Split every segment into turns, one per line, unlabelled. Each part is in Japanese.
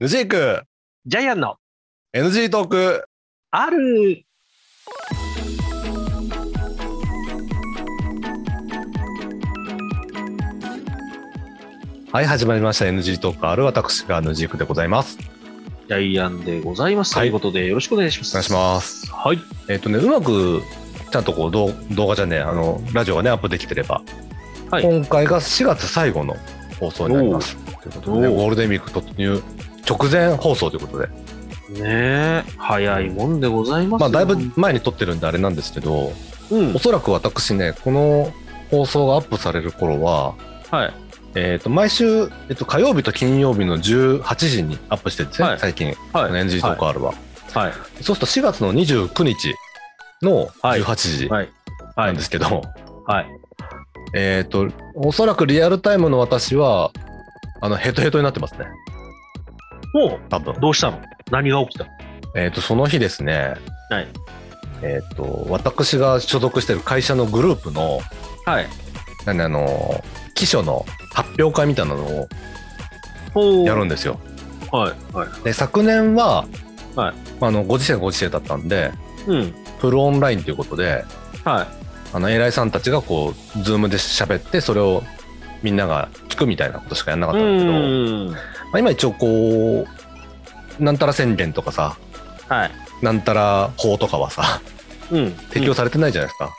ヌジーク
ジャイアンの
NG トーク
ある
はい始まりました NG トークある私がヌジークでございます
ジャイアンでございます。
はい
ということで、よろしくお願いしま
お
す。
願いします
はい。
えっ、とねうまくちゃんとこう動動画じゃねえあのラジオがねアップできてれば、
はい
今回が4月最後の放送になりますということで、
お
ね、
ー
ゴールデンウィーク突入直前放送ということで、
ねえ、早いもんでございます
まあ、
よ
だいぶ前に撮ってるんであれなんですけど
うん
お。そらく私ねこの放送がアップされる頃は
はい。
えー、と毎週、えっと、火曜日と金曜日の18時にアップしてるんですね、
はい
最近、
は
この NG トーク R は、
はい。
そうすると4月の29日の
はい
18時
はい。は
ないんで。すけど、
はい。
えっとおそらくリアルタイムの私はあのヘトヘトになってますね
も
多分
う、どうしたの何が起きた
えっ、とその日ですね
はい。
えっ、と私が所属してる会社のグループの
はい。
なんであの秘書の発表会みたいなのを
ほう
やるんですよ
はい。はい。
で昨年は、
はい
あのご時世がご時世だったんで
うん。
フルオンラインということで
はい。
あの偉いさんたちがこうズームで喋ってそれをみんなが聞くみたいなことしかやんなかったんだけど、ま
ん。
あ、今一応こうなんたら宣言とかさ
はい。
なんたら法とかはさ
うん。
適用されてないじゃないですか、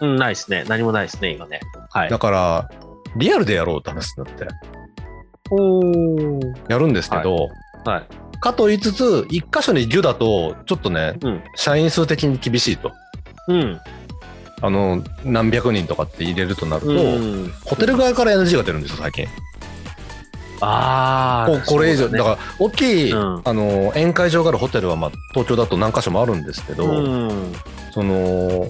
うん、うんないですね。何もないですね、今ね。はい。
だからリアルでやろうって話になって
ほう。
やるんですけど、
はい。
かと言いつつ一箇所にギュだとちょっとね
うん。
社員数的に厳しいと
うん。
あの何百人とかって入れるとなると、
うん。
ホテル側から NG が出るんですよ最近
ああ。
こうこれ以上だ,、
ら。
から大きい、
うん
あの宴会場があるホテルは、まあ、東京だと何か所もあるんですけど、
うん。
その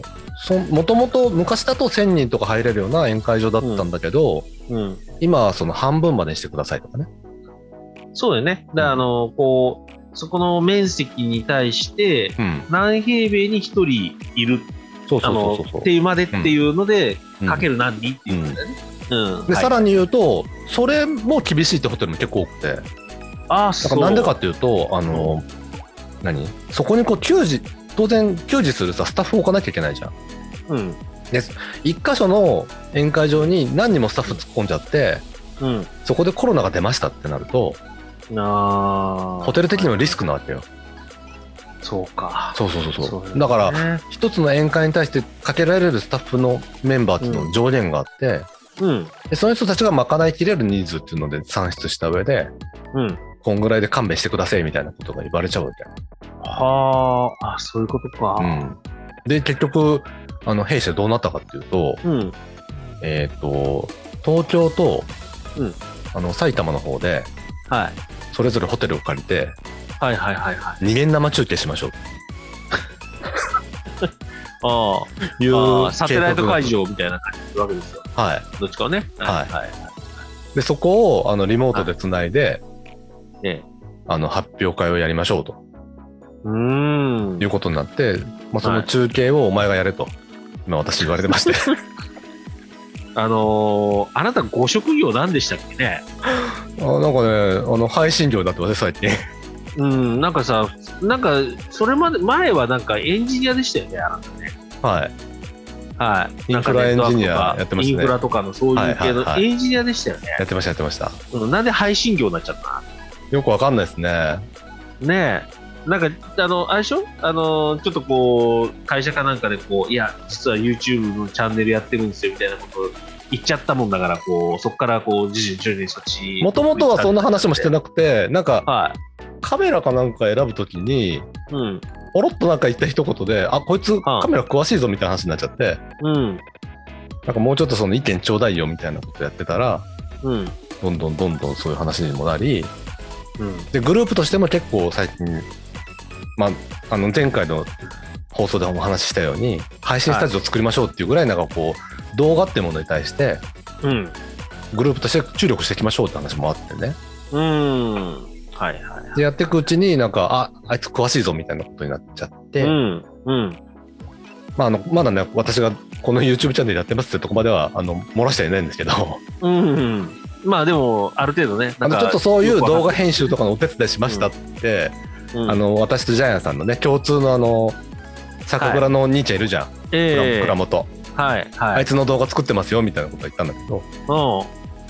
そもともと昔だと1000人とか入れるような宴会場だったんだけど、
うん。
今はその半分までにしてくださいとかね
そうだよね。だからあの、こう、そこの面積に対して、
うん
何平米に1人いる、
そう
あ
そう
の、
そうそう
っていうまでっていうので、
うん
かける何人っていうのでね。うん。
で
はい
さらに言うとそれも厳しいってホテルも結構多くてだ
ああ、そ
か
う。
らなんでかっていうとあの何そこにこう給仕当然給仕するさスタッフを置かなきゃいけないじゃん
うん。
一箇所の宴会場に何人もスタッフ突っ込んじゃって
うん。
そこでコロナが出ましたってなると
ああ。
ホテル的にもリスクなわけよ。
そうか。
そうそうそうそう。
そう
だから、
ら、
一つの宴会に対してかけられるスタッフのメンバーっていうの
う
の上限があって、
うん。
でその人たちが賄いきれる人数っていうので算出した上で、
うん。
こんぐらいで勘弁してくださいみたいなことが言われちゃうわけ。
はあ、あそういうことか。
うん、で、結局、あの、弊社どうなったかっていうと、
うん。
えっ、と、東京と、
うん
あの、埼玉の方で、
はい。
それぞれホテルを借りて、
はいはいはいはい。
二元生中継しましょう
あ
という
あああ、サテライ
計
ト
画が
会場みたいな感じするわけですよ。
はい。
どっちかをね。
はい
はい。
で、そこを、あの、リモートでつないで、
ええ。
あの、発表会をやりましょうと
うーん
い。うことになって、まあ、そ
は
の
い
中継をお前がやれと、今私言われてま して。
あのー、あなたご職業何でしたっけね
あなんかね、あの、配信業だって私最近。
うん、なんかさ、なんか、それまで、前はなんかエンジニアでしたよね、あな
はい。
たはい。
インフラエンジニアやってましたね
インフラとかのそういう系
はいはい
の
はい
エンジニアでしたよね。
やってました、やってました。
うんなんで配信業になっちゃった
よくわかんないですね。
のねえ。なんか、あの、あれでしょあの、ちょっとこう、会社かなんかでこう、いや、実は YouTube のチャンネルやってるんですよ、みたいなこと言っちゃったもんだから、こう、そこからこう、自身徐々にそっち。
もともとはそんな話もしてなくて、なんか、
は
カメラかなんか選ぶときに、
い。うん。
おろっとなんか言った一言で、あ、こいつ
はあ
カメラ詳しいぞみたいな話になっちゃって、
うん。
なんかもうちょっとその意見ちょうだいよみたいなことやってたら、
うん。
どんどんどんどんそういう話にもなり、
うん。
でグループとしても結構最近、まあ、あの前回の放送でもお話ししたように配信スタジオ作りましょうっていうぐらいなんかこう動画ってものに対して
うん。
グループとして注力していきましょうって話もあってね
うん。はいはい。
でやっていくうちになんかああいつ詳しいぞみたいなことになっちゃって、
うん。うん。
まあ、あのまだね私がこの YouTube チャンネルやってますってとこまではあの漏らしてはいないんですけど
うん。まあでも、ある程度ね、
あ
なん
の
か
ちょっとそういう動画編集とかのお手伝いしましたって、
うん
あの私とジャイアンさんのね共通のあの酒蔵の兄ちゃんいるじゃん、
ええ
蔵元、
はい、
あ
はいい。
つの動画作ってますよみたいなこと言ったんだけど
う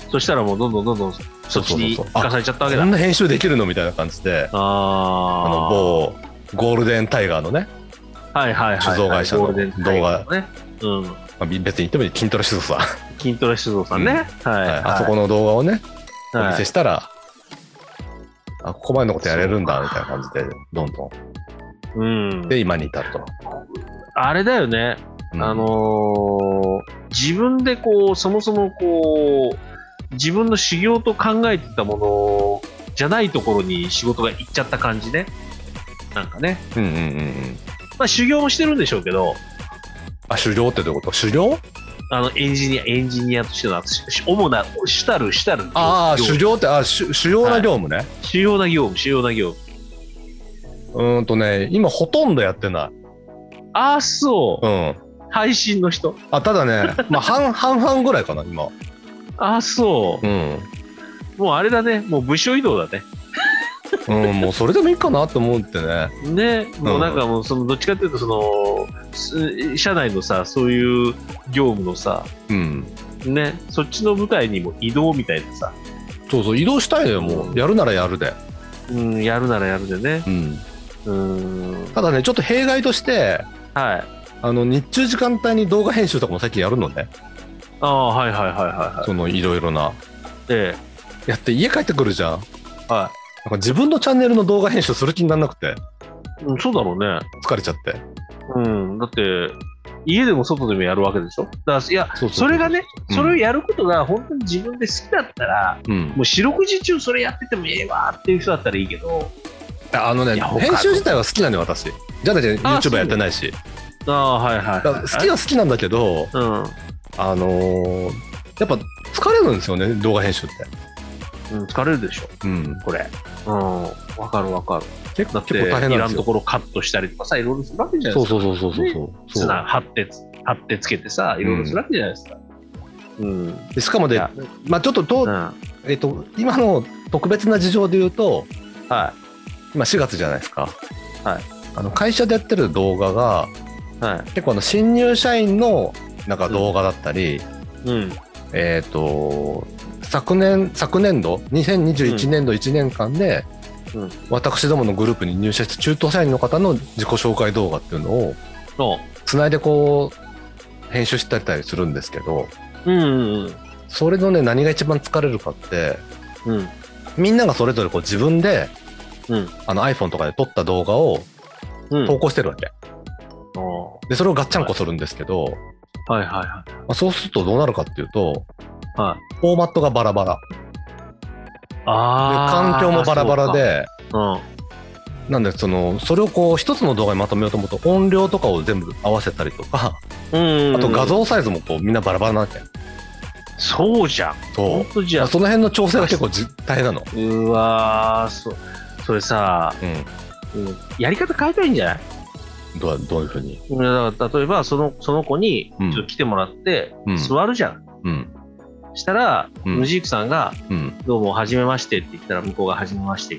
ん。そしたらもう、どんどんどんどん、そっちに
そうそうそう
行かされちゃったわけだ。
こんな編集できるのみたいな感じであ
あ
の
ー
某ゴールデンタイガーのね、
はいはいはい、
酒造会社の
ゴールデンタイガーのね。うん。
まあ、別に言ってもいい筋トレ酒造さん、
筋トレ酒造さんね。はい、
はいあそこの動画をねお
はい
見せしたら、あここまでのことやれるんだみたいな感じでどんど
うん
ん。で今に至ると、
あれだよね。
うん
あのー自分でこう、そもそもこう、自分の修行と考えてたものじゃないところに仕事が行っちゃった感じね。なんかね。
うんうんうんうん
まあ修行もしてるんでしょうけど、
あ修行ってどういうこと修行
あの、エンジニア、エンジニアとしての、し主な、主たる、主たる業。
ああ修
業
行ってあ主主要な業務ね、
主要な業務、主要な業務。
うーんとね今ほとんどやってない
ああ、そう。
うん
配信の人。
あただねまあ半半々ぐらいかな今
ああ、そう
う。ん、
もうあれだね。もう部署移動だね。
うん、もうそれでもいいかなと思ってね
ね、もううんなんかもうそのどっちかっていうとそのす社内のさそういう業務のさ
うん
ねそっちの舞台にも移動みたいなさ、
そうそう移動したいのよもうやるならやるで、
うん、やるならやるでね
うん、
うん
ただねちょっと弊害として
はい
あの日中時間帯に動画編集とかも最近やるのね
ああはいはいはいはいはい
そのいろいろな
え
やって家帰ってくるじゃん
えは
なんか自分のチャンネルの動画編集する気にならなくて
い、うん、そうだろうね
疲れちゃって
うんだって家でも外でもやるわけでしょだからいや
そうそうそう
それがね、
うん
それをやることが本当に自分で好きだったら、
うん
もう四六時中それやっててもええわっていう人だったらいいけど、
あのね
いや他の
編集自体は好きなのよ私じゃなきゃ
あそう
YouTuber やってないし
ああ、はいはい、
だから好きは好きなんだけど
うん、
あのーやっぱ疲れるんですよね動画編集って、
うん、疲れるでしょ。
うん、
これ。うん、わかるわかる。
結
だ
構
って、
結構大変
い
なんで
らん
す
と
よ
ころカットしたりとかさ、いろいろするわけじゃな
そ
いで
う
すか。
そうそうそうそうそう
つな貼ってつ、貼ってつけてさ、いろいろするわけじゃないですか。うん。
でしかも
い
で
や
まあちょっとと、
うん。は
えっと今の特別な事情で言うと
い。は
今4月じゃないですか
はい
あの会社でやってる動画が結構あの新入社員のなんか動画だったり、
い。うん。
えっ、と昨年昨年度2021年度1年間で、
うん
私どものグループに入社した中途社員の方の自己紹介動画っていうのを
そ
つないでこう編集してたりするんですけど
う。うんうん
それのね何が一番疲れるかって
うん。うん。
みんながそれぞれこう自分で、
うん
あの iPhone とかで撮った動画を
うん。
投稿してるわけ、
あー
でそれをガッチャンコするんですけど、
はいはいは
まあ、そうするとどうなるかっていうと
い。はい。
フォーマットがバラバラで
ああ。
環境もバラバラで。
そうか。
なんでそのそれをこう一つの動画にまとめようと思うと音量とかを全部合わせたりとか
うん。うんうん。
あと画。像サイズもこうみんなバラバラなわけ
そうじゃん。
そ
ほ
うん
とじ
だから
ゃん。
その辺の調整が結構じ大変なの
うわー、そ、それさ、
うん
うん、やり方変えたいんじゃない
どうどういうふうに
いやだから例えばそのその子に
うん
ちょっと来てもらって
うん
座るじゃん、
うん
したら、
うん
ムジークさんが
うん
「どうもはじめまして」って言ったら向こうが「はじめまして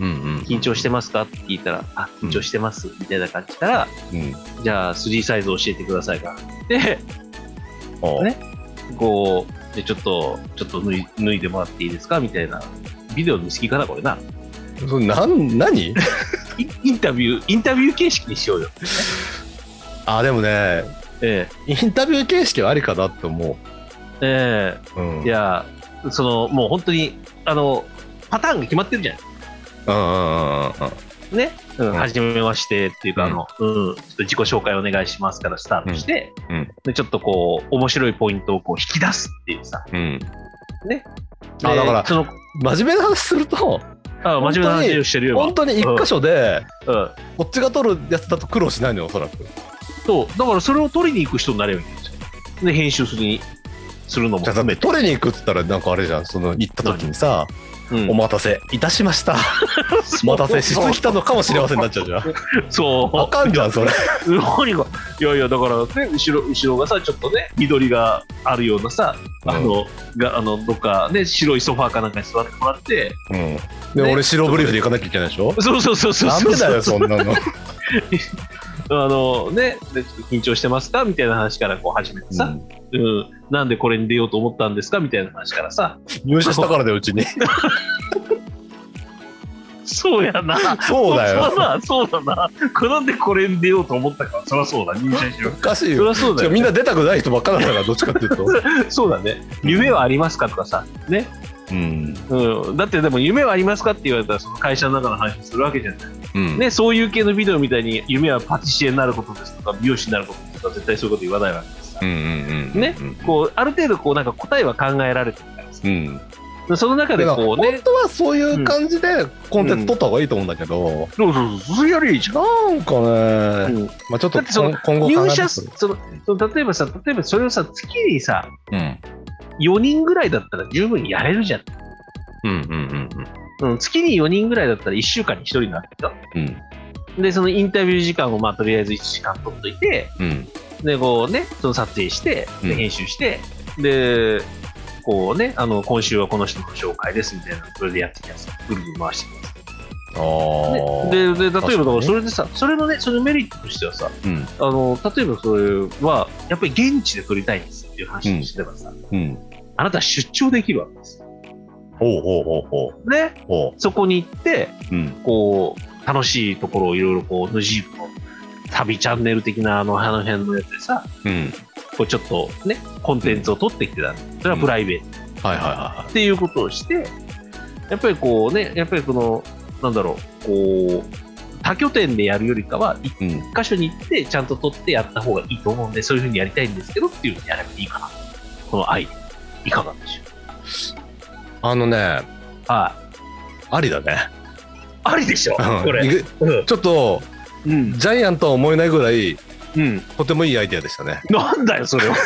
うんうん
緊張してますか?」って聞いたら「あ緊張してます」みたいな感じしたら
うんあ
「じゃあ3サイズ教えてくださいか」で
あ
ねこうでちょっとちょっと脱い脱いでもらっていいですかみたいなビデオの好きかなこれな
それなん何
イインタビューインタビュー形式にしようよ
あでもね
え
インタビュー形式はありかなって思
ええ
う、うん、
えいやそのもう本当にあのパターンが決まってるじゃん
うんうんうんうん
ね、うん、
ん
はじめましてっていうか、あの、うん、ちょっと自己紹介お願いしますからスタートして、
うんうん
で、ちょっとこう、面白いポイントをこう引き出すっていうさ。
うんうん
ね。
あ
で
だから
その、
真面目な話すると
あ、真面目な話をしてるよ。
本当に一箇所で
今うん。
こっちが撮るやつだと苦労しないのよおそらく
そう、だからそれを取りに行く人になればいいんですよ。で、編集するに、するのも
じゃあだっ
含
て
めて。
取りに行くっつったらなんかあれじゃんその行った時にさ
うん
お待たせいたしました。お待たせしすぎたのかもしれませんになっちゃうじゃん。
そう
あかんじゃん、それ。
何がいやいやだからね後ろ後ろがさちょっとね緑があるようなさ、あのがあのどっかね白いソファーかなんかに座ってもらって
うん。で、俺、白ブリーフで行かなきゃいけないでしょ
そうそうそうそう
ダ
そう
メだよ、そんなの。
あのねでちょっと緊張してますかみたいな話からこう始めてさ、うんなんでこれに出ようと思ったんですかみたいな話からさ
入社したからだよ、うちに。
そうやな
そうだよ。
そうだなそうだななんでこれに出ようと思ったかそりゃそうだ入社しよ
おかしいう
そり
よ。
ゃそうだ
じゃ
よ
みんな出たくない人ばっかだから、どっちかっていうと。
そうだね夢はありますかとかさね
うん。
うん、だってでも夢はありますかって言われたらその会社の中の話をするわけじゃない、
うん。
ね、そういう系のビデオみたいに夢はパティシエになることですとか美容師になることですとか絶対そういうこと言わないわけです
うんうんうん。
ねこうある程度こうなんか答えは考えられてるからさ
うん。
でその中で
だから
こう
本
ね
当はそういう感じでコンテンツ取った方がいいと思うんだけど、
そうそうそうそれよりいいじ
なんか
ゃん、
ね、
うん
まあちょっと
だってその
今今後考え
入
ます
社すそのその例えばさ例えばそれをさ月にさ
うん
4人ぐらいだったら十分やれるじゃん、
うんうん
うん、月に4人ぐらいだったら1週間に1人になってた
うんうん
でそのインタビュー時間をまあとりあえず1時間取っといて、
うん
で、こうね、その撮影して、
う
で
ん
編集して、で、こうね、あの、今週はこの人の紹介ですみたいな、それでやってきます。ぐるぐる回してきます。
あー
で、で、で例え
確か
ば、だ
に
か
ね
らそれでさ、それのね、そのメリットとしてはさ、
うん
あの、例えばそれは、やっぱり現地で撮りたいんですっていう話をしてたらさ、
うん
あなたは出張できるわけですよ。
ほうほうほうほう
ね、
ほ
そこに行って、
ううん
こう、楽しいところをいろいろこう、ヌジープの旅チャンネル的なあの、あの辺のやつでさ、
うん
こうちょっとね、コンテンツを撮ってきてたんですそれはプライベート。
はいはいは
っていうことをして、やっぱりこうね、やっぱりこの、なんだろう、こう、多拠点でやるよりかは、一
いうん
箇所に行って、ちゃんと取ってやった方がいいと思うんで、そういうふうにやりたいんですけどっていうふうにやればいいかな。このアイデア、いかがでしょ
あのね
うはい。
ありだね
ありでしょ、こ
うん
れ。
いく
うん。
ちょっと
うん。
ジャイアンとは思えないぐらい
うん。
とてもいいアイデアでしたね
なんだよ、それは。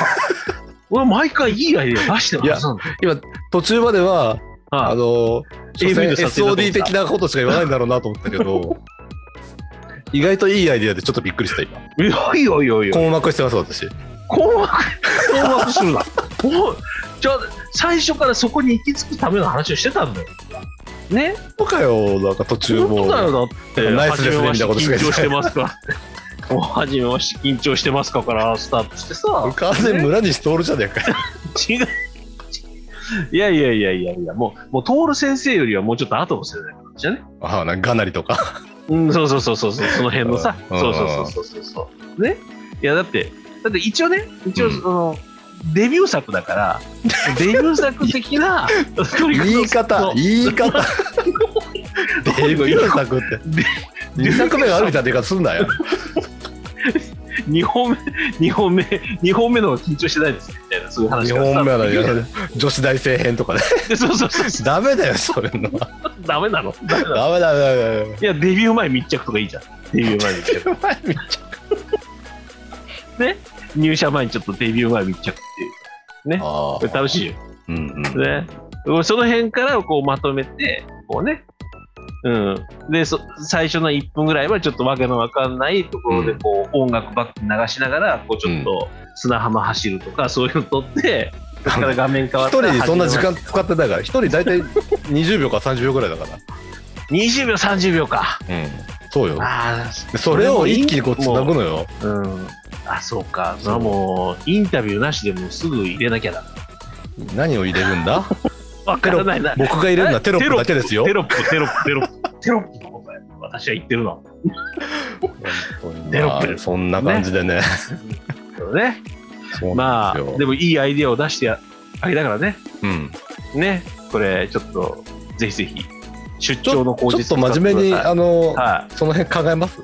俺、毎回いいアイデア出してますなんだよ。
今途中まではあ
はい
の
AV の撮影だと思ってた
SOD 的なことしか言わないんだろうなと思ったけ ど意外といいアイデアでちょっとびっくりした今
いやいやいやいや。
困惑してます私
困惑困惑するなおいじゃあ最初からそこに行き着くための話をしてたんだよね
とかよなんか途中
本
も
当だよだって
ナイスですね
初めま
み
して
たいなことしか言
緊張
っ
してて
な
ますからもう初めまして緊張してますかからスタートしてさ
完全村西徹じゃねえかよ
違ういやいやいやいやいやもうもう徹先生よりはもうちょっと後の世代なんじゃね
ああなんかがなりとか
うんそうそうそうそうそうその辺のさ
うん
そうそうそうそうそうそうねいやだってだって一応ね一応その、デビュー作だからデビュー作的 な
言い方言い 方デビュー作って
で
2作目があるみたいな出方すんなよ
2本目 二本目二本目の方が緊張してないですねみたいなそういう話
日
から
本目は
スタートできる
ね女子大生編と かね
でそうそうそうそう
ダメだよそういうのは
ダメなのダメなの
ダメだダメ だダメ
いやデビュー前密着とかいいじゃんデビュー前密着
だ前見
入社前にちょっとデビュー前密着っていう
あ
これ楽しいよ
うんうん
ね、その辺からこうまとめて、こうね、うん、でそ最初の1分ぐらいはちょっとわけのわかんないところでこう、音楽ばっか流しながらこうちょっと砂浜走るとか、そういうの撮って、そっから画面変わ
一
った
人
ら
にそんな時
始ま
間使ってない から一人大体20秒か30秒ぐらいだから
る20秒、30秒か。
うんそうよ
あ
でそれを一気にこうつなぐのよ
あ、うん。あ、そうか。それはもう、インタビューなしでもうすぐ入れなきゃだ。
何を入れるんだ
わからないな。
僕が入れるのはテロップだけですよ
テロップ、テロップ、テロ ップ、テロップのことだよ。私は言ってるの。
本当に
テロップ
まあそんな感じでね
ね。
そう
ま
な
あ
んですよ
でもいいアイデアを出してやあれだからね
うん
ねこれちょっとぜひぜひ出
ちょ
張の口
ちょ
実
っと真面目に
使って
あの
くださいはい
その辺考えます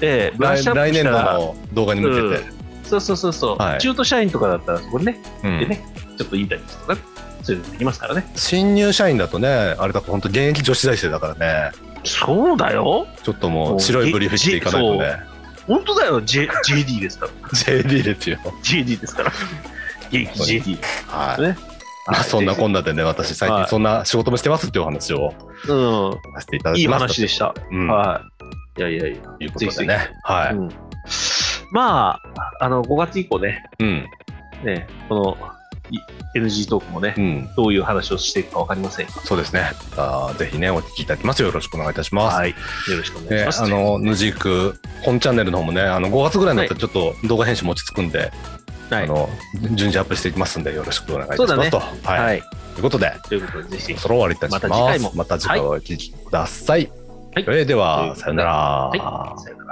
ええブラッ
来
シュアッ
来
プし
年
た
度
ら
の動画に向けて、
そうそうそうそう、
はい
中途社員とかだったらそこにね
うん
でねちょっとインタビューとかねそういうのできますからね
新入社員だとねあれだと本当現役女子大生だからね
そうだよ
ちょっともう白いブリーフ着ていかないとね
本当だよ、J、JD ですから
JD ですよ
JD ですから現役 JD
は
ね
まあ、そんなこんなでね、私、最
は
近
い
そんな仕事もしてますっていうお話を
うん。
させていただ
いい
きました。
話でした。
うん、
はい。いやいやいや。
ということ
ぜひぜ
で
ひ
ね。はい。
うんまあ、あの、5月以降ね、
うん。
ねこのい NG トークもね
う、ん。
どういう話をしていくかわかりませんが。
そうですね。あーぜひね、お聞きいただきますよ。よろしくお願いいたします。
はい。よろしくお願いし
ね
ま、す。
あの、ヌジーク、本チャンネルの方もね、あの、5月ぐらいになったらちょっと動画編集も落ち着くんで、
は
あ
い。
の、順次アップしていきますんで、よろしくお願いいたしますと。はい、
はい。
ということで、
ということで、ぜひ。
そろ終わりいたします。
また次回も
また次回お聞きください。
はい
えーで
は
は、
い
さよなら。
はい。さよなら。